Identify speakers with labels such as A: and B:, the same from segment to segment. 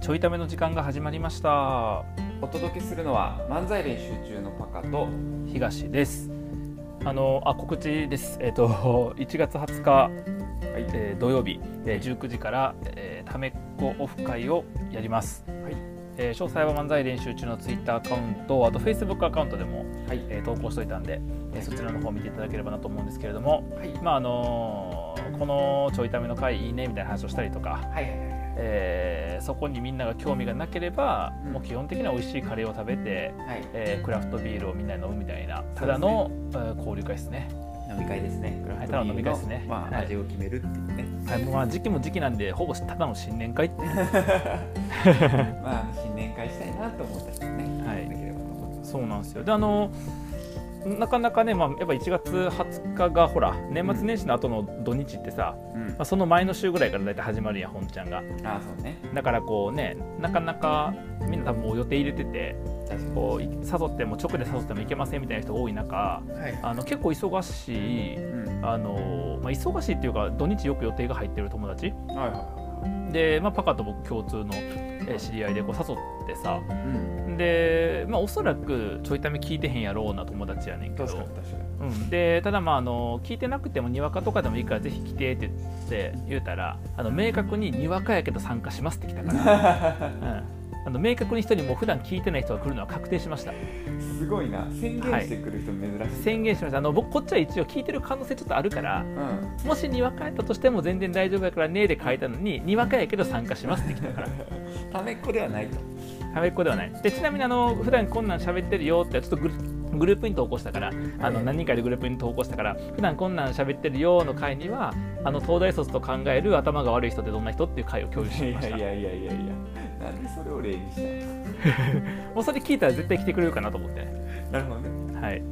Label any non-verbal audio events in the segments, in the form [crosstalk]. A: ちょいための時間が始まりました
B: お届けするのは漫才練習中のパカと
A: 東ですあのあ告知ですえっ、と [laughs] 1月20日、
B: はい
A: えー土曜日、えー19時から、えーためっこオフ会をやります、
B: はい
A: えー詳細は漫才練習中のツイッターアカウントあとフェイスブックアカウントでも、
B: はい
A: えー投稿しといたんで、えーそちらの方見ていただければなと思うんですけれども
B: はい
A: まああのーこのちょいための回いいねみたいな話をしたりとか
B: はいはいはい
A: えーそこにみんなが興味がなければ、
B: うん
A: もう基本的には美味しいカレーを食べて、
B: はい
A: えークラフトビールをみんなで飲むみたいなた
B: そうで
A: だ
B: すね
A: の、えー交流会ですね、
B: 飲み会ですね
A: はいただの飲み会ですね
B: まあ
A: はい
B: 味を決めるっていうね
A: はい、もうまあ時期も時期なんでほぼただの新年会って、は
B: まあ新年会したいなと思った人ねいただ
A: い、
B: ければと思います
A: そうなんですよであのなかなかね、まあ、やっぱ1月20日がほら年末年始の後の土日ってさ、
B: うん
A: まあ、その前の週ぐらいから大体始まるやん本ちゃんが
B: ああそうね
A: だからこうねなかなかみんな多分もう予定入れてて
B: 確かに
A: こうい誘っても直で誘ってもいけませんみたいな人が多い中
B: はい
A: あの結構忙しい、
B: うん
A: あのまあ、忙しいっていうか土日よく予定が入ってる友達
B: はいは
A: で、まあ、パカと僕共通のえー知り合いでこう誘ってさ
B: いはいうん
A: で、まあ、おそらくちょいため聞いてへんやろうな友達やねんけ
B: 確かに
A: ど、
B: 確かに
A: うん、でただまああの聞いてなくてもにわかとかでもいいからぜひ来てって言って言うたらあの明確ににわかやけど参加しますって来たから、
B: [laughs]
A: うん、あの明確に一人もう普段聞いてない人が来るのは確定しました
B: すごいな宣言してくる人珍しい
A: 宣言しましたあの僕こっちは一応聞いてる可能性ちょっとあるから
B: うん
A: もしにわかやったとしても全然大丈夫やからねーで書いたのににわかやけど参加しますってきたから
B: ためっこではないと
A: はめっこではないでちなみにあの普段こんなん喋ってるよってちょっとグルグループに投稿したからあの
B: はい
A: 何人かでグループに投稿したから普段こんなん喋ってるよの回にはあの東大卒と考える頭が悪い人ってどんな人っていう回を共有し
B: い
A: てま
B: や
A: し
B: い
A: た
B: やいやいやいやなんでそれを例にしたの
A: もうそれ聞いたら絶対来てくれるかなと思ってね
B: なるほどね
A: はい、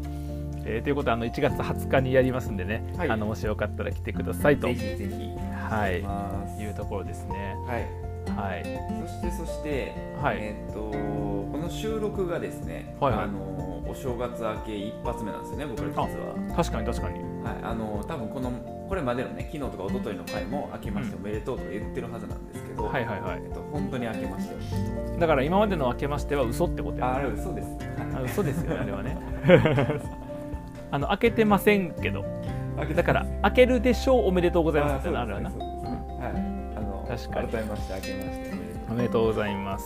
A: えーということであの1月20日にやりますんでね、
B: はい
A: あのもしよかったら来てくださいと
B: ぜひぜひ
A: はい
B: ます
A: いうところですね
B: はい
A: はい
B: そしてそして、
A: はい
B: えっ、とこの収録がですね、
A: はいはい
B: あのお正月明け一発目なんですよね僕ら実は
A: 確かに確かに
B: はいあの多分このこれまでのね昨日とか一昨日の回も明けましておめでとうとか言ってるはずなんですけど、
A: はいはいはい
B: えっと本当に明けまして
A: だから今までの「明けまして」は嘘ってこと
B: ああ
A: や、ね、
B: れ嘘です、
A: あ
B: は
A: 嘘ですよねあれはね [laughs] あの開けてませんけど
B: い、明け
A: だから「開けるでしょうおめでとうございます」って
B: あ
A: な
B: ー
A: るわな
B: そうですそうですはいあの
A: 確かに
B: 改めまして明けましておめでと
A: おめでとうございます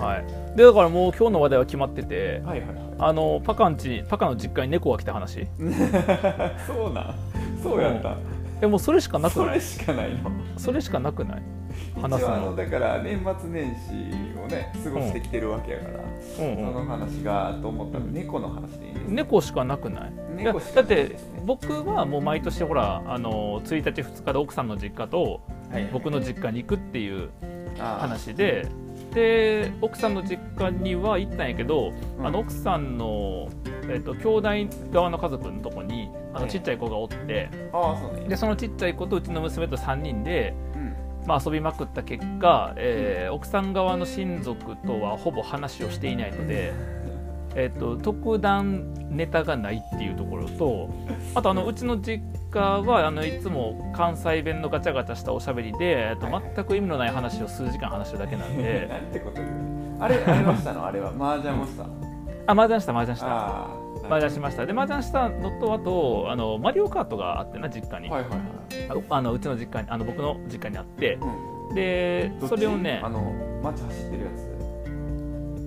B: う
A: はいでだからもう今日の話題は決まってて
B: はいはいは
A: あのパカんちパカの実家に猫が来た話
B: い [laughs] そうなんそうやった、
A: えもうそれしかなく
B: そ
A: な
B: れ
A: い
B: しかないの
A: それしかなくない話す
B: 一応あ
A: の
B: のだから年末年始をね過ごしてきてるわけやから、
A: うんうん
B: その話がと思ったら猫の話でいいですね
A: 猫しかなくない
B: 猫しかない
A: だって
B: ですね
A: 僕はもう毎年ほらあの1日2日で奥さんの実家と僕の実家に行くっていう話で、で奥さんの実家には行ったんやけど、
B: うん
A: あの奥さんの、えっと兄弟側の家族のとこにあ
B: は
A: の
B: い
A: ちっちゃい子がおって
B: あーあーそうね
A: でそのちっちゃい子とうちの娘と3人で、
B: うん
A: まあ、遊びまくった結果、えー奥さん側の親族とはほぼ話をしていないので。えっと特段ネタがないっていうところとあとあのうちの実家はあのいつも関西弁のガチャガチャしたおしゃべりで、えっと
B: はいはい
A: 全く意味のない話を数時間話してるだけなん
B: [laughs]
A: で
B: なんてこと言うねあれありましたのあ [laughs] れは麻雀もした
A: あ麻雀した麻雀した
B: ああ
A: 麻雀しましたで麻雀したのとあとあのマリオカートがあってな実家に、
B: はいはいはい
A: あのうちの実家にあの僕の実家にあって
B: うん
A: で
B: どっち
A: それをね
B: あの街走ってるや
A: [laughs]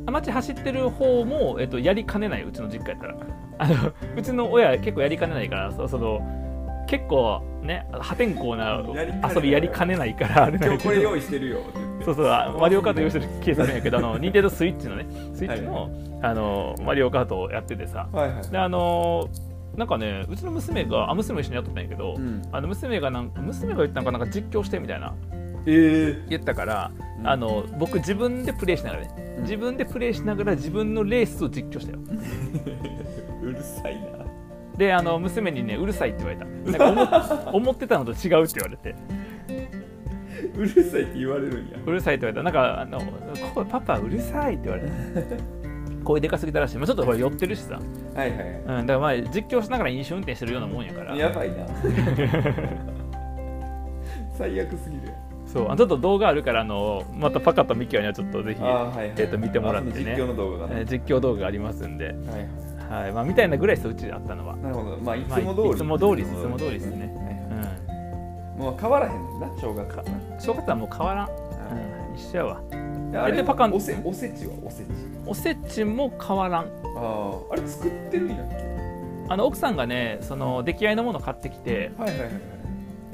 A: 街走ってる方も、えっと、やりかねないうちの実家やったらあのうちの親結構やりかねないからそその結構ね破天荒な
B: やりかねない
A: 遊びやりかねないからあれ
B: つ
A: なん
B: 今
A: や
B: 日これ
A: けど
B: 用意してるよって言って
A: そうそうあマリオカート用意してるケースあるんやけど
B: [laughs]
A: あのニンテンドースイッチのねスイッチの,、あのマリオカートをやっててさ
B: はいはい
A: であのなんかねうちの娘があ娘も一緒にやっとったんやけど、
B: うん
A: あの娘がなんか娘が言ったんかなんか実況してみたいな
B: ええ
A: 言ったから、
B: うん
A: あの僕自分でプレイしながらね、
B: うん
A: 自分でプレイしながら自分のレースを実況したよ
B: うるさいな
A: であの娘にねうるさいって言われたなんか
B: [laughs]
A: 思思ってたのと違うって言われて
B: うるさいって言われるんや
A: うるさいって言われたなんかあのこパパうるさいって言われて
B: [laughs]
A: 声でかすぎたらしい、まあ、ちょっとほら寄ってるしさ、うん、
B: はいはい
A: だからまあ実況しながら飲酒運
B: [laughs]
A: 転してるようなもんやから
B: やばいな最悪すぎる
A: そうあちょっと動画あるからあのまたパカとミキアにはちょっとぜひ、
B: あーはいはい
A: えーと見てもらってね
B: あその実況の動画が
A: え
B: ね
A: ー、実況動画ありますんで、
B: はいはい
A: はいまあ、みたいなぐらいですうちであったのは、
B: なるほどまあいつ
A: まあ、い
B: も通り、
A: いつも通りですいつも通りですね、う
B: はいもう変わらへんな小学校
A: ん、正月はもう変わらん、
B: は
A: うん、一緒やわ
B: いあれ
A: でパカン
B: おせおせちはおせち
A: おせちも変わらん
B: あああれ作ってるんやっけ
A: あの奥さんがねその出来合いのもの買ってきて
B: はいはいはいはい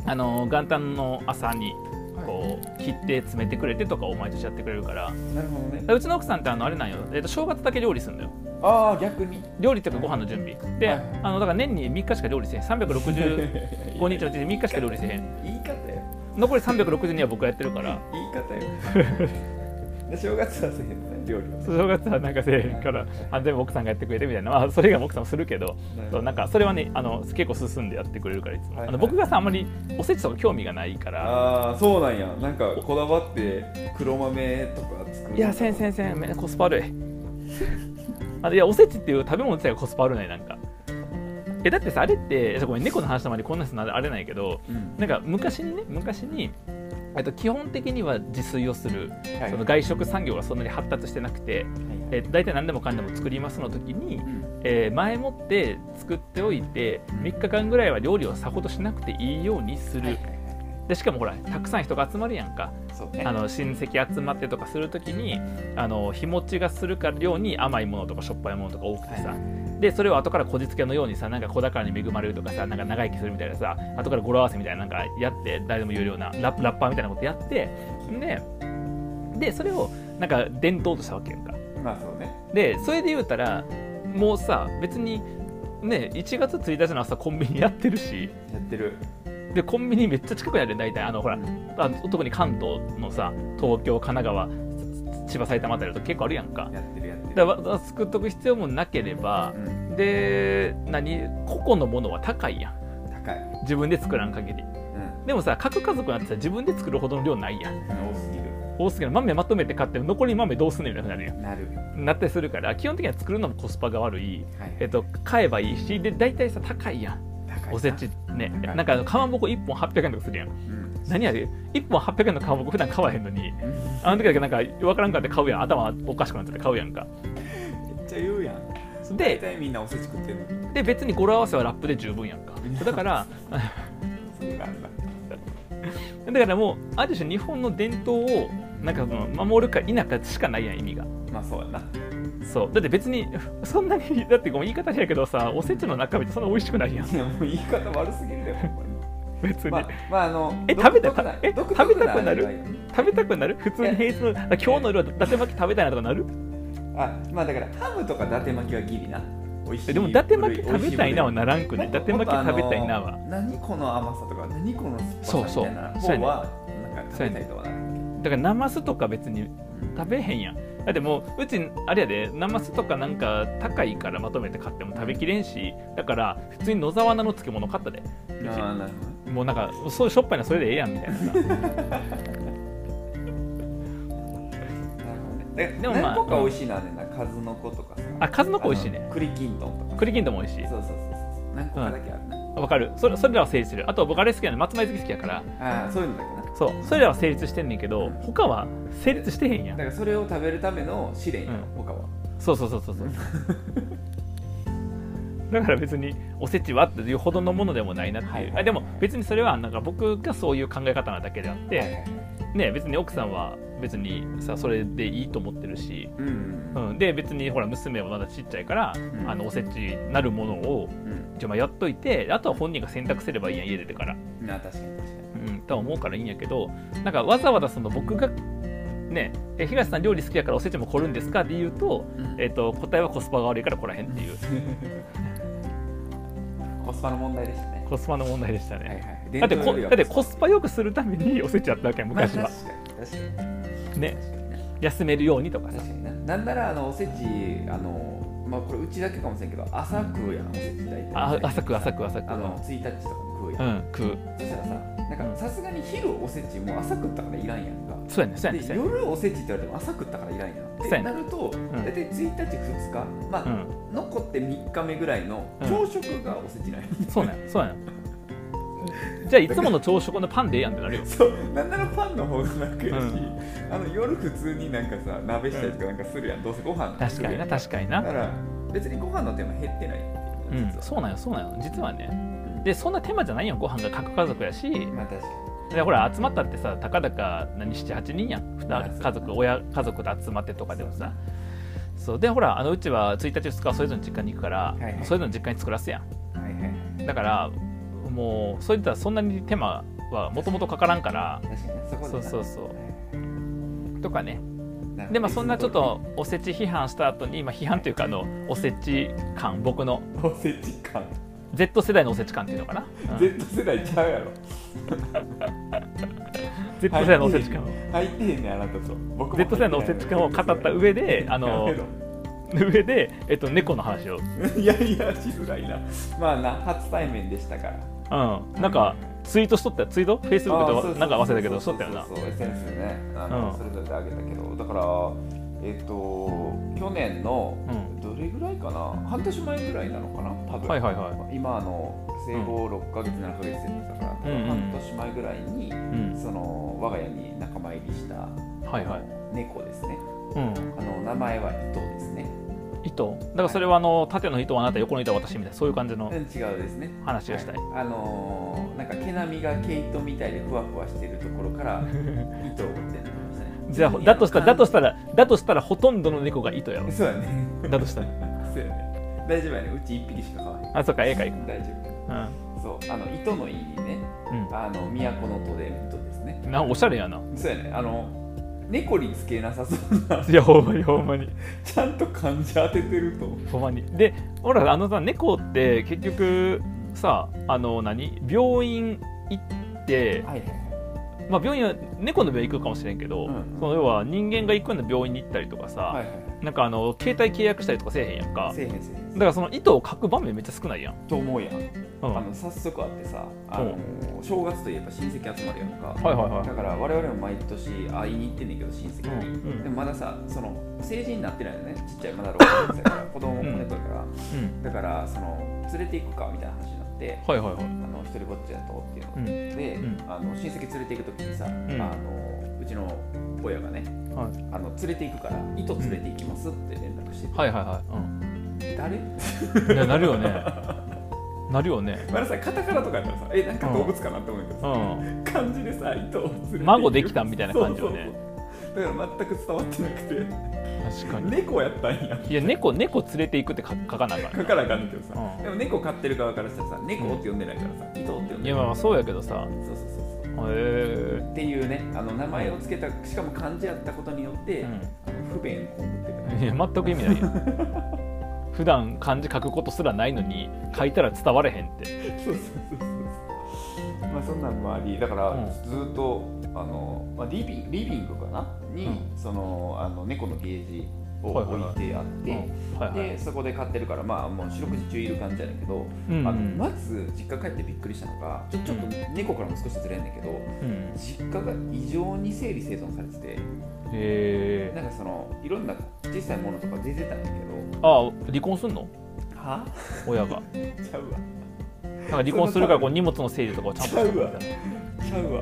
A: あの元旦の朝に
B: はい
A: こう切って詰めてくれてとかお毎年やってくれるから
B: なるほどね
A: うちの奥さんってあのあれなんよ、えー、と正月だけ料理するんだよ
B: ああ逆に
A: 料理っていうかご飯の準備で、
B: はい
A: あのだから年に3日しか料理せへん365
B: [laughs]
A: 日のうちに3日しか料理せへん
B: 言い方よ
A: 残り362は僕がやってる
B: [laughs]
A: から
B: 言い
A: [laughs]
B: 方よで正月はせへんね料理は
A: 正月はなんかせえへんからあ全部奥さんがやってくれてみたいな、まあ、それが奥さんもするけどそうなんかそれはねあの結構進んでやってくれるからいつも、
B: はいはい
A: あの僕がさあんまりおせちとか興味がないから
B: ああそうなんやなんかこだわって黒豆とか作る
A: いやせんせんせんめコスパ悪い [laughs] あのいやおせちっていう食べ物自体がコスパ悪ないなんかえだってさあれってごめん猫の話たまにこんな人あれないけど
B: うん
A: なんか昔にね昔にえっと基本的には自炊をする、
B: はい
A: その外食産業がそんなに発達してなくて、え大体何でもかんでも作りますの時に、
B: うん
A: えー前もって作っておいて3日間ぐらいは料理をさほどしなくていいようにする、でしかもほらたくさん人が集まるやんか
B: そうね
A: あの親戚集まってとかする時にあの日持ちがするかように甘いものとかしょっぱいものとか多くてさ、
B: はい
A: でそれを後からこじつけのようにさなんか子宝に恵まれるとかさなんか長生きするみたいなさ後から語呂合わせみたいななんかやって誰でも言うようなラップラッパーみたいなことやってででそれをなんか伝統としたわけやんか。
B: まあそうね
A: でそれで言うたらもうさ別にね1月1日の朝コンビニやってるし
B: やってる
A: でコンビニめっちゃ近くにあるよ大体あのほらあの特に関東のさ東京神奈川千葉埼玉あたりだと結構あるやんか
B: やってるやってる
A: だからわ作っとく必要もなければ
B: うん
A: で何個々のものは高いやん
B: 高い
A: 自分で作らん限り
B: うん
A: でもさ各家族なんてさ自分で作るほどの量ないやん
B: 多すぎる
A: 多すぎる豆まとめて買って残り豆どうすんねんみたいになるや
B: なる
A: んなったりするから基本的には作るのもコスパが悪い
B: はい
A: えっと、買えばいいしで大体さ高いやん
B: 高いな
A: おせちね
B: 高い
A: なんかあのかまぼこ1本800円とかするやん
B: うん
A: 何あれ1本800円のかまぼこ普段買わへんのに
B: うん
A: あの時だけなんか分からんかって買うやん頭おかしくなってて買うやんか
B: めっちゃ言うやん大
A: で
B: 体みんなおせち食ってるのに
A: で別に語呂合わせはラップで十分やんかだから
B: それがあるな
A: だからもうある種日本の伝統をなんかその守るか否かしかないやん意味が
B: まあそうやな
A: そうだって別にそんなにだってごめん言い方やけどさおせちの中身ってそんな美味しくないやん
B: いやもう言い方悪すぎるだよほんまに
A: 別に、
B: まあまああの
A: え食べた
B: 独特な
A: え
B: 独特
A: 食べたくなる
B: 味わいよ
A: 食べたくなる普通に平日のあ今日の夜は伊達巻き食べたいなとかなる
B: あまあだからハムとか伊達巻きはギリな美味しい
A: えでも伊達巻き食べたいなは
B: な
A: ならんくね伊達巻き食べたいなは
B: 何この甘さとか何この酸
A: そ
B: っぱさみたいな
A: うそう
B: 方はなんか食べたいとはならない
A: だからナマスとか別に食べへんやんだってもううちあれやでナマスとかなんか高いからまとめて買っても食べきれんしだから普通に野沢菜の漬物買ったで
B: あーなるほど
A: もうなんかそうしょっぱいのそれでええやんみたいなさ [laughs]
B: なるほどねで
A: で
B: も
A: もまあ
B: 何個か美味しいのはねんな数の子とかさ
A: あ数の子美味しいね
B: あの栗きんとんとか
A: 栗きんとんも美味しい
B: そうそうそうそう何個かだけあるな
A: わかるそれそれらは成立してるあと僕あれ好きなの松前漬け好きやから
B: あーそういうのだけな
A: そうそれらは成立してんねんけど他は成立してへんやん
B: だからそれを食べるための試練やろ他は
A: そうそうそうそうそう
B: [laughs]
A: だから別におせちはっていうほどのものでもないなっていう、
B: はいはいはい
A: あでも別にそれはなんか僕がそういう考え方なだけであって、
B: はいはいはい
A: ね、別に奥さんは別にさそれでいいと思ってるし、
B: うんうん
A: うん、で別にほら娘はまだちっちゃいから、
B: ん
A: あのおせちなるものを
B: うん
A: 一応まあやっといてあとは本人が選択すればいいやん家出てから、
B: うんあ確かに確かに
A: うん、とは思うからいいんやけどなんかわざわざその僕がねえ東さん料理好きやからおせちも凝るんですかって言うと
B: うん
A: えっと答えはコスパが悪いから来らへんっていう
B: コスパの問題でしたね。
A: コスパの問題でしたね、
B: はいはい
A: だって
B: 伝
A: こ
B: 統料理
A: だ
B: は
A: ってコスパよくするためにおせちやったわけやん
B: まあ
A: 昔
B: 確
A: は
B: か、に確かに
A: ね休めるようにとかさ
B: 確かにな。なんならあのおせちあのまあこれうちだけかもしれんけど朝食うやんおせち大体。
A: あ浅く浅く浅く
B: あの一日とかも食うや。
A: うんん食う
B: そしたらさなん
A: う
B: か
A: ん
B: さすがに昼おせちも朝食ったからいらんやんか。
A: そうやねそうやねそ
B: で
A: うやね
B: 夜おせちって言われても朝食ったからいらんやん。
A: そうや
B: って
A: ね
B: なると
A: ん
B: 大体1日2日ま
A: う
B: あ
A: ん
B: 残って3日目ぐらいの
A: うん
B: 朝食がおせちなんや。
A: そうなんそうなんじゃあいつもの朝食のパンでええやんってなるよ
B: そうなんならパンの方がなんかやし、
A: う
B: あの夜普通になんかさ鍋したりとかなんかするやん、どうせご飯
A: 確かにな確かにな
B: だから別にご飯の手間減ってないって
A: う
B: いう、
A: ん
B: 実は
A: そうなんよそうなんよ実はねでそんな手間じゃないよご飯が各家族やし
B: まあ確かに
A: でほら集まったってさたかだか何78人やん
B: まあ
A: 2家族親家族で集まってとかでもさそうでほらあのうちは1日2日はそれぞれの実家に行くから、
B: はいはい
A: それぞれの実家に作らすやん
B: はいはいはい
A: だからもうそれではそんなに手間はもともとかからんから
B: 確かにねそこで
A: そうそううそうとかねでまあそんなちょっとおせち批判した後にまあ批判というかあのおせち感僕の
B: おせち感
A: Z 世代のおせち感っていうのかな、うん
B: Z 世代ちゃうやろ
A: Z 世代のおせち感を
B: 入ってへんねんあなたと僕
A: Z 世代のおせち感を語った上であ
B: あ
A: の上で、えっと、猫の話を、
B: いやいやしづらいなまあな初対面でしたから
A: うん、なんかツイートしとったツイートフェイスブッ
B: あー
A: ク
B: そうそう
A: となんか忘れたけどしとったよな
B: そうそうそう SNS でねあの、
A: うん
B: それぞれであげたけどだからえっ、と去年の
A: うん
B: どれぐらいかな、半年前ぐらいなのかな多分、
A: はいはいは
B: 今あの生後6ヶ月7ヶ月って言ってたから、多
A: うんうん
B: 分半年前ぐらいに、
A: うん
B: その我が家に仲間入りした
A: はいはい
B: 猫ですね
A: うん
B: あの名前は伊藤ですね
A: 糸だからそれはあの縦の糸はあなた横の糸は私みたいなそういう感じの
B: うん違うですね
A: 話をしたい、
B: はいあのーなんか毛並みが毛糸みたいでふわふわしてるところか
A: [laughs]
B: ら糸を持ってってましたね
A: じゃあだとしたらだとしたらだとしたらほとんどの猫が糸やろ
B: らそうやね
A: だとしたら
B: そうやね大丈夫やねうち1匹しか飼わへん
A: あそうかええかいいか
B: 大丈夫
A: う
B: そうあの糸のいいね
A: ん
B: あの都の都で糸ですね
A: うんなんかおしゃれやな
B: そうやねあの猫につけなさそうな
A: いやほんまにほんまに
B: ちゃんと漢字当ててると
A: ほんまにでほらあのさ猫って結局さあの何病院行って
B: はいはい
A: まあ、病院は猫の病院行くかもしれんけど、
B: うん
A: その要は人間が行くような病院に行ったりとかさ、
B: はいはい
A: なんかあの携帯契約したりとかせえへんやんか
B: せえへんせえへん
A: だからその糸を書く場面めっちゃ少ないやん、
B: と思うやん、
A: うん、
B: あ
A: はい
B: の早速あってさあの正月といえば親戚集まるやんか
A: はいはい
B: だから我々も毎年会いに行ってんねんけど親戚に、
A: うんうん
B: でもまださその成人になってないよねちっちゃいまだ6ヶ月だから
A: [laughs]
B: 子供も猫やから、
A: うん
B: だからその連れて行くかみたいな話になって
A: はいはいはい
B: あの一人ぼっちだとっていうの
A: うん
B: で、
A: うん
B: あの親戚連れて行く時にさ、
A: ん
B: あのうちの親がね
A: は
B: あの連れて行くから糸連れて行きますって連絡してて、
A: いはいはい
B: 誰
A: はい、うんね、なるよねなるよね
B: まださカタカナとかやったらさえなんか動物かなって思うんだけど
A: う
B: さ、
A: ん
B: 感じでさ糸を連れて行く
A: 孫できたみたいな感じよね
B: そうそうそうだから全く伝わってなくて
A: 確かに
B: 猫やったんや
A: いや猫猫連れていくって書書かないから
B: 書
A: な
B: かなあかんねんけどさ、
A: うん
B: でも猫飼ってる側からしたらさ猫って呼んでないからさ伊藤って呼んでる
A: いやまあそうやけどさ
B: そうそうそうそ
A: へ
B: う
A: え
B: っていうねあの名前をつけたしかも漢字やったことによって、
A: うん
B: あの不便を被ってる
A: いや全く意味ないよ [laughs] 普段漢字書くことすらないのに書いたら伝われへんって
B: そうそうそうそうまあそんなんもありだから
A: うん
B: ずっと、あの、まあ、リビリビングかなに、
A: うん
B: そのあの猫のゲージを
A: はいはいはい
B: 置いてあって、
A: うんはいはい
B: でそこで飼ってるからまあもう四六時中いる感じやねんけど、
A: うんうん
B: あのまず実家帰ってびっくりしたのがちょちょっと猫からも少しずれんねんけど、
A: うん
B: 実家が異常に整理整頓されてて
A: へえ
B: なんかそのいろんな小さいものとか出てたんやけ
A: あ離婚すんの
B: どは
A: 親が
B: ちゃうわ
A: なんか離婚するからこう荷物の整理とかをちゃんとしてくれたい
B: ちゃうわ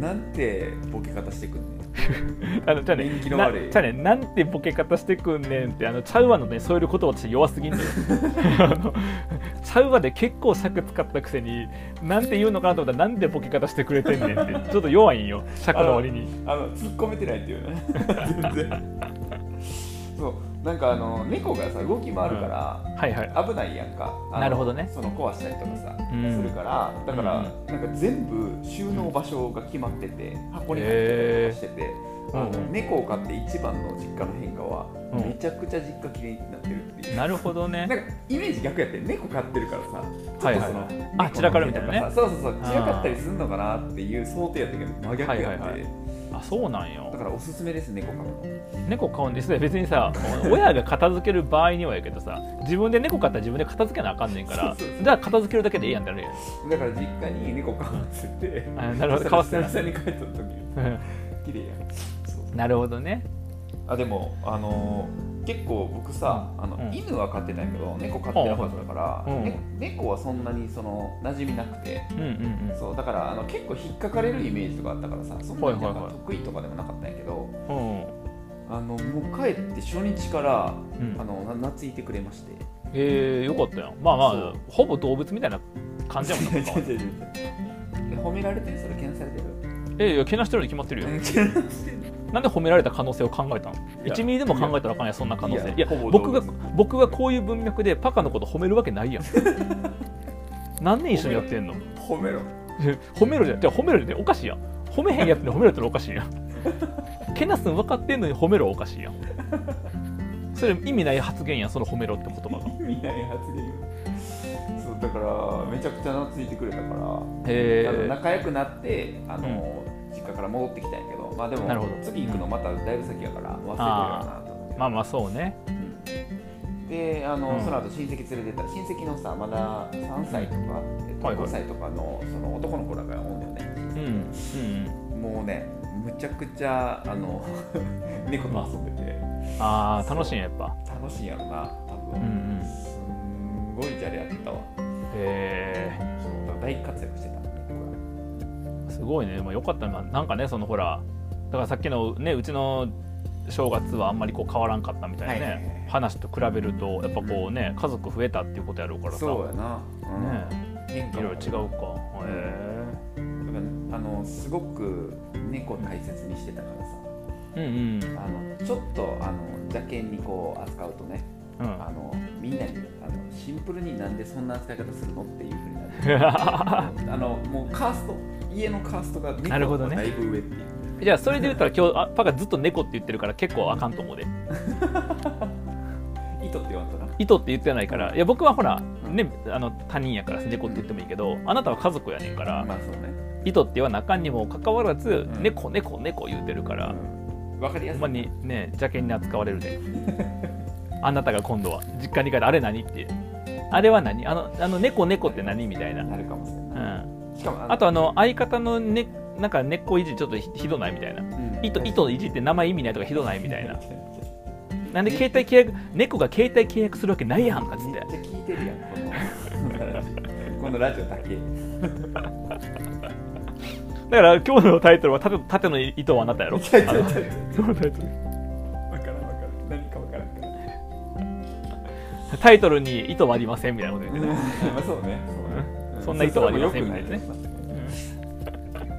B: なんてボケ方してくんねん
A: なあのじゃあ
B: 人
A: ね
B: 気の
A: な
B: 悪い
A: じゃあねなんてボケ方してくんねんってあのちゃうわのねそういう言葉として弱すぎんのよ [laughs] あのちゃうわで結構尺使ったくせになんて言うのかなと思ったらなんでボケ方してくれてんねんってちょっと弱いんよ尺の割に
B: あの突っ込めてないっ
A: [laughs]
B: ていうね全然そうなんかあの猫がさ動き回るから、
A: はいはい
B: 危ないやんかあの
A: なるほどね
B: その壊したりとかさ、
A: うん
B: するからだから、なんか全部収納場所が決まってて、箱に入ってたりとかしてて、あの
A: うんうん
B: 猫を飼って一番の実家の変化は、
A: うん
B: めちゃくちゃ実家綺麗になってるっていう。
A: なるほどね
B: なんかイメージ逆やって猫飼ってるからさちょっとその、
A: はいはいはいあ散らかるみたいなね
B: 猫の毛とかさそうそうそう
A: あー
B: 散らかったりするのかなっていう想定やったけど真逆やって、
A: はいはいはあそうなん
B: だ
A: よ
B: からおすすめです猫飼うの
A: 猫飼うんですね別にさ親が片付ける場合にはやけどさ自分で猫飼ったら自分で片付けなあかんねんから
B: そうそうそう
A: じゃあ片付けるだけでええやんってなるやん
B: だから実家に猫飼わせて
A: あなるほど飼わせて
B: 久
A: な
B: 々に帰った
A: [laughs]
B: 時に綺麗やんそう
A: なるほどね
B: あでもあのー結構僕さあの、
A: うん
B: 犬は飼ってないけど猫飼ってなかったから、
A: うん
B: ね猫はそんなにその馴染みなくて
A: うんうんうん
B: そうだからあの結構引っかかれるイメージとかあったからさそんなになん
A: はいはいは
B: か
A: い
B: 得意とかでもなかったんやけど、
A: うん
B: あのもう帰って初日から、
A: うん
B: あのな懐いてくれまして
A: えー、よかったよまあま
B: そう
A: あほぼ動物みたいな感じやもん [laughs] な
B: 違う違う違う違うえ褒められてるそれけなされてる
A: えーいやけなしてるに決まってるよ
B: [laughs]
A: なんで褒められた可能性を考えたの
B: いや
A: 1ミリでも考えたらあかんやそんな可能性いや
B: いやほぼ
A: 僕が
B: 動
A: 僕がこういう文脈でパカのこと褒めるわけない [laughs] やん何年一緒にやってんの
B: 褒めろ
A: え褒めるじゃんじゃあ褒めるでおかしいやん褒めへんやつに褒められたらおかしいやんけなすん分かってんのに褒めろはおかしいやんそれ意味ない発言やんその褒めろって言葉が
B: 意味ない発言そうだからめちゃくちゃ懐いてくれたから、あの
A: へ
B: 仲良くなってあの、実家から戻ってきたんやけどまあで
A: なるほ
B: も
A: ど
B: 次行くのまただいぶ先やから忘れてるかなと思って
A: えまあまあそうね
B: であの、
A: うん
B: その後親戚連れてったら親戚のさまだ3歳とか、えっと
A: はいはい
B: 5歳とかのその男の子らがおんだよね
A: うんうん
B: もうねむちゃくちゃあの [laughs] 猫と遊んでて
A: ああ楽しいんややっぱ
B: 楽しいんやろな多
A: う
B: 分、
A: んうん
B: すんごいじゃれやってたわ
A: へえ
B: そうだから大活躍してた猫が
A: すごいね、まあ、よかったななんかねそのほらだからさっきのねうちの正月はあんまりこう変わらんかったみたいなね、
B: はいはいはい
A: 話と比べるとやっぱこうね、家族増えたっていうことやろうからさ
B: そうやな、うん
A: ね
B: 変
A: い
B: 化
A: ろいろ
B: も
A: 違うかへ
B: だからあのすごく猫を大切にしてたからさ
A: えうん
B: あのちょっとあの邪険にこう扱うとね
A: うんうん
B: あのみんなにあのシンプルになんでそんな扱い方するのっていうふうになるあのもうカースト家のカーストが猫
A: なるほどね
B: だいぶ上っていう
A: じゃあそれで言ったら今日あパカずっと猫って言ってるから結構あかんと思うで
B: 糸って言わんとな
A: 糸って言ってないからいや僕はほらねあの他人やから猫って言ってもいいけど、あなたは家族やねんから、
B: まあそうね
A: 糸って言わなあかんにもかかわらず、
B: ん
A: 猫猫猫言うてるから、
B: うんわかりや
A: ほ
B: す
A: んま
B: い
A: にね邪険に扱われる [laughs] であなたが今度は実家に帰ってあれ何ってあれは何あのあの猫猫って何みたいな、う
B: なるかもしれない
A: ん、
B: しかもの
A: あとあの相方の、ね、なんか猫いじちょっとひひどないみたいな
B: うん
A: 糸糸のいじって名前意味ないとかひどないみたいな
B: めっちゃ
A: なんで携帯契約猫が携帯契約するわけないやんかっつって
B: 聞いてるやん
A: [laughs]
B: このこのラジオだけ [laughs]
A: だから今日のタイトルは縦「縦の糸はあなた」やろ
B: 違う
A: あの
B: 違う違
A: 今
B: う
A: 日のタイトル
B: わからんわからん何かわからんから
A: タイトルに糸はありませんみたいなこと言って
B: まあそうねそうね
A: そんな意図はありませんみたいなね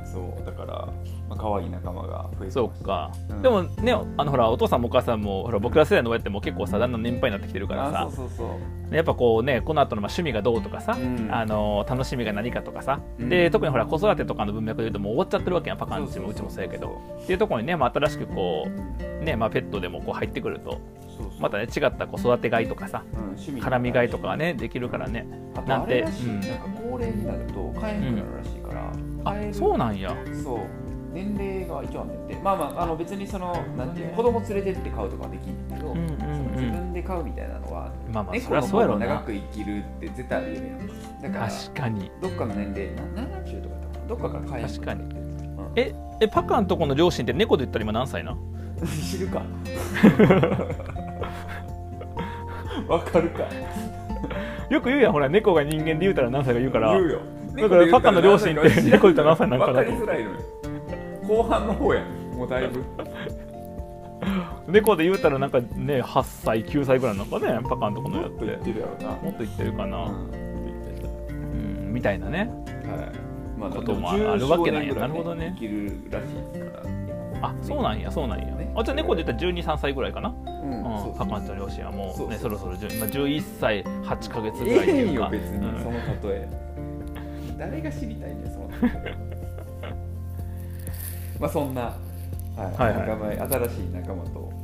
B: そうだから、まあ可愛い仲間が増えて
A: そうか、
B: うん
A: でもねあのほらお父さんもお母さんもほら僕ら世代の親ってもう結構さだんだん年配になってきてるから
B: あ
A: さ
B: そうそうそう
A: やっぱこうねこの後のまあ趣味がどうとかさ、
B: うん
A: あの楽しみが何かとかさ、
B: うん
A: で特にほら子育てとかの文脈で言うともう終わっちゃってるわけやんパカンチもうちもそうやけどっていうところにね、まあ、新しくこうね、まあ、ペットでもこう入ってくると
B: そうそう
A: またね違った子育てがいとかさ
B: うん趣味
A: 絡みがいとかがねできるからね
B: あと
A: な
B: あ
A: んて
B: れらしい、
A: うん
B: なんか高齢になると飼えなくなるらしいから、
A: あ
B: 飼える
A: そうなんや
B: そう年齢が一応あんねんってまあまああの別にそのなんていうの子供連れてって飼うとかはできんねんけど、
A: うんうんうん
B: 自分で飼うみたいなのは、
A: まあまあそ
B: 猫
A: れ
B: の
A: はそうや
B: 方
A: ろ
B: が
A: う
B: 長
A: な
B: く生きるって絶対ありえるやんだから
A: 確かに
B: どっかの年齢な70とかだったかなどっかから飼えなく
A: 確
B: な
A: か
B: る
A: に
B: うん
A: ええパカンとこの両親って猫で言ったら今何歳なん
B: 知
A: [laughs]
B: るかわかるか
A: よく言うやんほら猫が人間で言うたら何歳か言うから
B: 言うよ
A: だからパカの両親って猫で言ったら何歳なのか
B: わか
A: な
B: り
A: と
B: づらいのよ後半の方やんもうだいぶ
A: 猫で言うたらなんかね8歳9歳ぐらいなんかねパカンとこの
B: も
A: や
B: っ
A: っ
B: と言っててるやろな
A: もっと言ってるか
B: う
A: なん
B: 言ってる
A: うんみたいなね
B: はいまあ
A: こともあるわけなんや
B: 15年ぐらい
A: なるほどね
B: 生きるらしいですから
A: あそうなんやそうなんや
B: ね
A: あじゃあ猫で言ったら123歳ぐらいかな
B: うん
A: うん
B: そ
A: パ
B: う
A: カンと両親はも
B: そうう
A: ね
B: そ
A: そうろそろ10まあ11歳8ヶ月ぐらいって
B: ええ
A: い
B: ん
A: う
B: よ
A: か
B: 別に
A: うん
B: その例え誰が知りたいねんその
A: [laughs]
B: 例えまあそんなはい
A: はいはい
B: 仲間新しい仲間と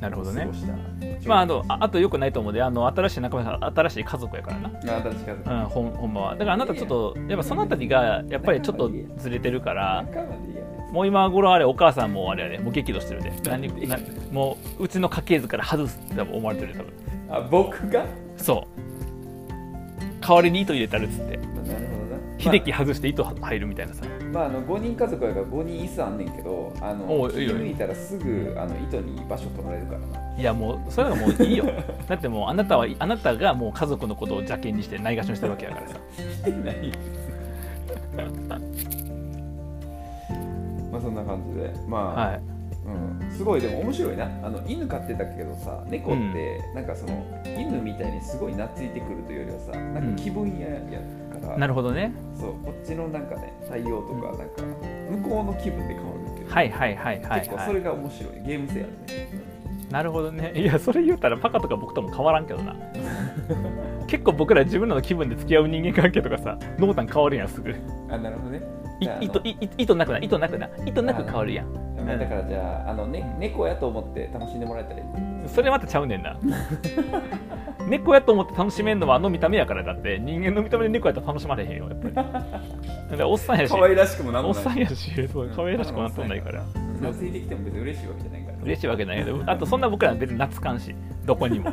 A: なるほどね
B: 過ごした
A: まああのああとよくないと思うであの新しい仲間が新しい家族やからな
B: あ新しい家族
A: うん、ほんほんまはだからあなたちょっとやっぱそのあたりがやっぱりちょっとずれてるから
B: 仲間でいいやね
A: もう今頃あれお母さんもあれやでもう激怒して
B: [laughs]
A: るで何なもううちの家系図から外すって多分思われてるで多分
B: あ僕が
A: そう代わりに糸入れたるっつって
B: なるほどな
A: 秀樹外して糸入るみたいなさ
B: まあ、あの5人家族やから5人椅子あんねんけどあの
A: おう
B: 切
A: いい
B: り
A: よ
B: 抜いたらすぐあの糸に場所取られるからない
A: やもうそれはもう
B: [laughs]
A: いいよだってもうあなたはあなたがもう家族のことを邪険にしてないがしろにしてるわけやからさ
B: してない [laughs] まあそんな感じでまあ、
A: はい
B: うん、すごいでも面白いなあの犬飼ってたけどさ猫ってなんかその、犬みたいにすごい懐いてくるというよりはさなんか気分屋やから、
A: なるほどね
B: そうこっちのなんかね対応とかなんか向こうの気分で変わるんだけど、
A: はいはいはいはい、
B: 結構それ
A: は
B: が面白いゲーム性あるね
A: い、なるほどねいやそれ言うたらパカとか僕とも変わらんけ
B: [laughs]
A: どな結構僕ら自分らの気分で付き合う人間関係とかさ濃淡変わるやんすぐ
B: あなるほどね
A: い
B: じゃああの
A: 糸いい糸なくな糸なくな糸なく変わるやん
B: まあだからじゃああの、ね、猫やと思って楽しんでもらえたらいい
A: それまたちゃうねん
B: [laughs]
A: な猫やと思って楽しめんのはあの見た目やからだって人間の見た目で猫やったら楽しまれへんよやっぱりだからおっさんやし
B: らしくもな
A: おっさんやしそう可愛らしくなっとんないから
B: 懐いてきても別に嬉しいわけじゃないから
A: 嬉しいわけないけどあとそんな僕らは別に懐かんしどこに
B: [laughs]
A: も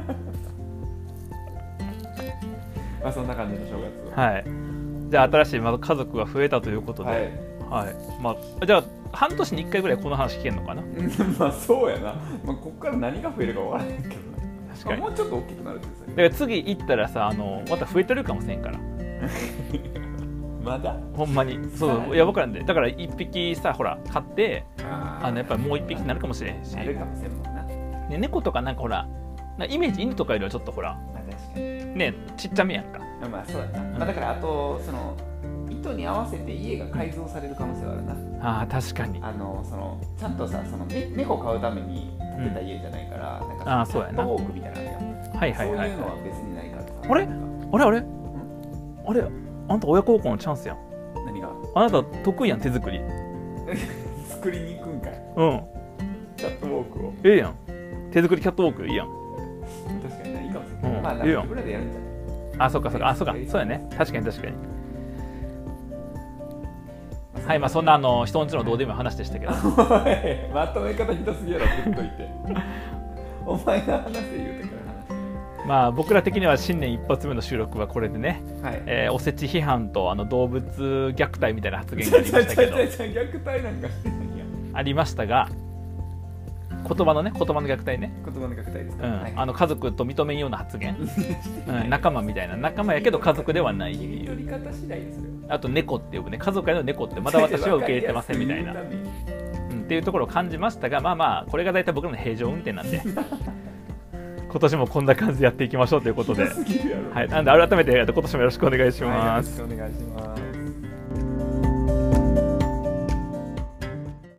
B: まあそんな感じの正月を
A: はいじゃあ新しいまた家族が増えたということで、
B: は
A: はい
B: い
A: まあ、じゃあ半年に1回ぐらいこの話聞けんのかな
B: うん [laughs] まあそうやな、まあ、こっから何が増えるか分からへんけどね
A: 確
B: ま
A: か
B: あ
A: に
B: もうちょっと大きくなるって
A: だ
B: 言
A: か
B: っ
A: ら次行ったらさあのまた増えてるかもしれんから
B: まだ
A: ほんまにそういや僕らんでだから1匹さほら飼って
B: あ
A: あのやっぱりもう1匹になるかもしれへんし
B: なるかもしれんもんな、ま
A: ね、猫とかなんかほらなんかイメージ犬とかよりはちょっとほら
B: あ、確かに
A: ねちっちゃめやんか
B: まあそうやな、まあ、だからあとその糸に合わせて家が改造される可能性はあるな
A: あー確かに
B: あのそのちゃんとさその、ね、猫飼うために建てた家じゃないから、なん
A: あ
B: か
A: ーそうやな
B: ウォークみたいなのあるやん
A: はいはいはい
B: そういうのは別にないからさ
A: あれ
B: なんか
A: あれあれあれあんた親孝行のチャンスやん
B: 何が
A: あなた得意やん手作りうん
B: 作りに行くんかいキャットウォークを
A: ええやん手作りキャットウォークいいやん
B: 確かにないいかもしれない、
A: うん
B: まあなん
A: いい
B: か
A: よ
B: 自分らでやるんじゃない
A: あそっかそっかあそっかそうやね確かに確かにはいまあそんなあの人んちのどうでもいい話でしたけ [laughs] ど
B: おいまとめ方ひどすぎやろぶっとい [laughs] てお前が話せ言うてから
A: まあ僕ら的には新年一発目の収録はこれでね、
B: 話はい
A: えーおせち批判とあの動物虐待みたいな発言がありましたけど
B: ちゃうちゃうちゃう虐待なんかしてないやん
A: ありましたが言葉のね言葉の虐待ね、
B: 言葉の虐待です
A: う
B: か、
A: ん
B: はい
A: あの家族と認めんような発
B: [laughs]
A: 言、うん、仲間みたいな仲間やけど家族ではないって
B: 切り
A: いう
B: 取り方次第ですよ
A: あと猫って呼ぶね家族やの猫ってまだ私は受け入れてませんみたい
B: [laughs]
A: な、
B: わかりやす言うために
A: うん、っていうところを感じましたがまあまあこれが大体僕らの平常運転
B: [laughs]
A: なんで今年もこんな感じでやっていきましょうということで、
B: ひどすぎるやろ
A: はい、なんで改めてえっと今年もよろしくお願いし
B: はいよ
A: ま
B: ろ
A: す
B: しくお願いします